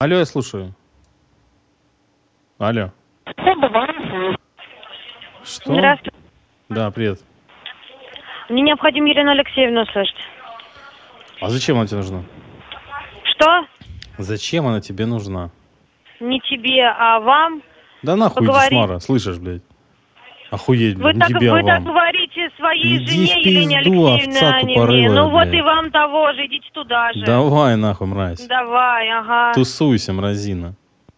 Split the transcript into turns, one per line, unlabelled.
Алло, я слушаю. Алло. Что?
Здравствуйте.
Да, привет.
Мне необходимо Елену Алексеевну услышать.
А зачем она тебе нужна?
Что?
Зачем она тебе нужна?
Не тебе, а вам.
Да нахуй
Поговори.
иди с Мара, слышишь, блядь. Охуеть,
Вы
блядь, не
так,
тебе, а
вы так
вам.
говорите своей
Иди
жене
в
Елене
пизду,
Алексеевне,
овца
а не мне.
тупорылая,
Ну вот
блядь.
и вам того же, идите туда же.
Давай нахуй, мразь.
Давай, ага.
Тусуйся, мразина.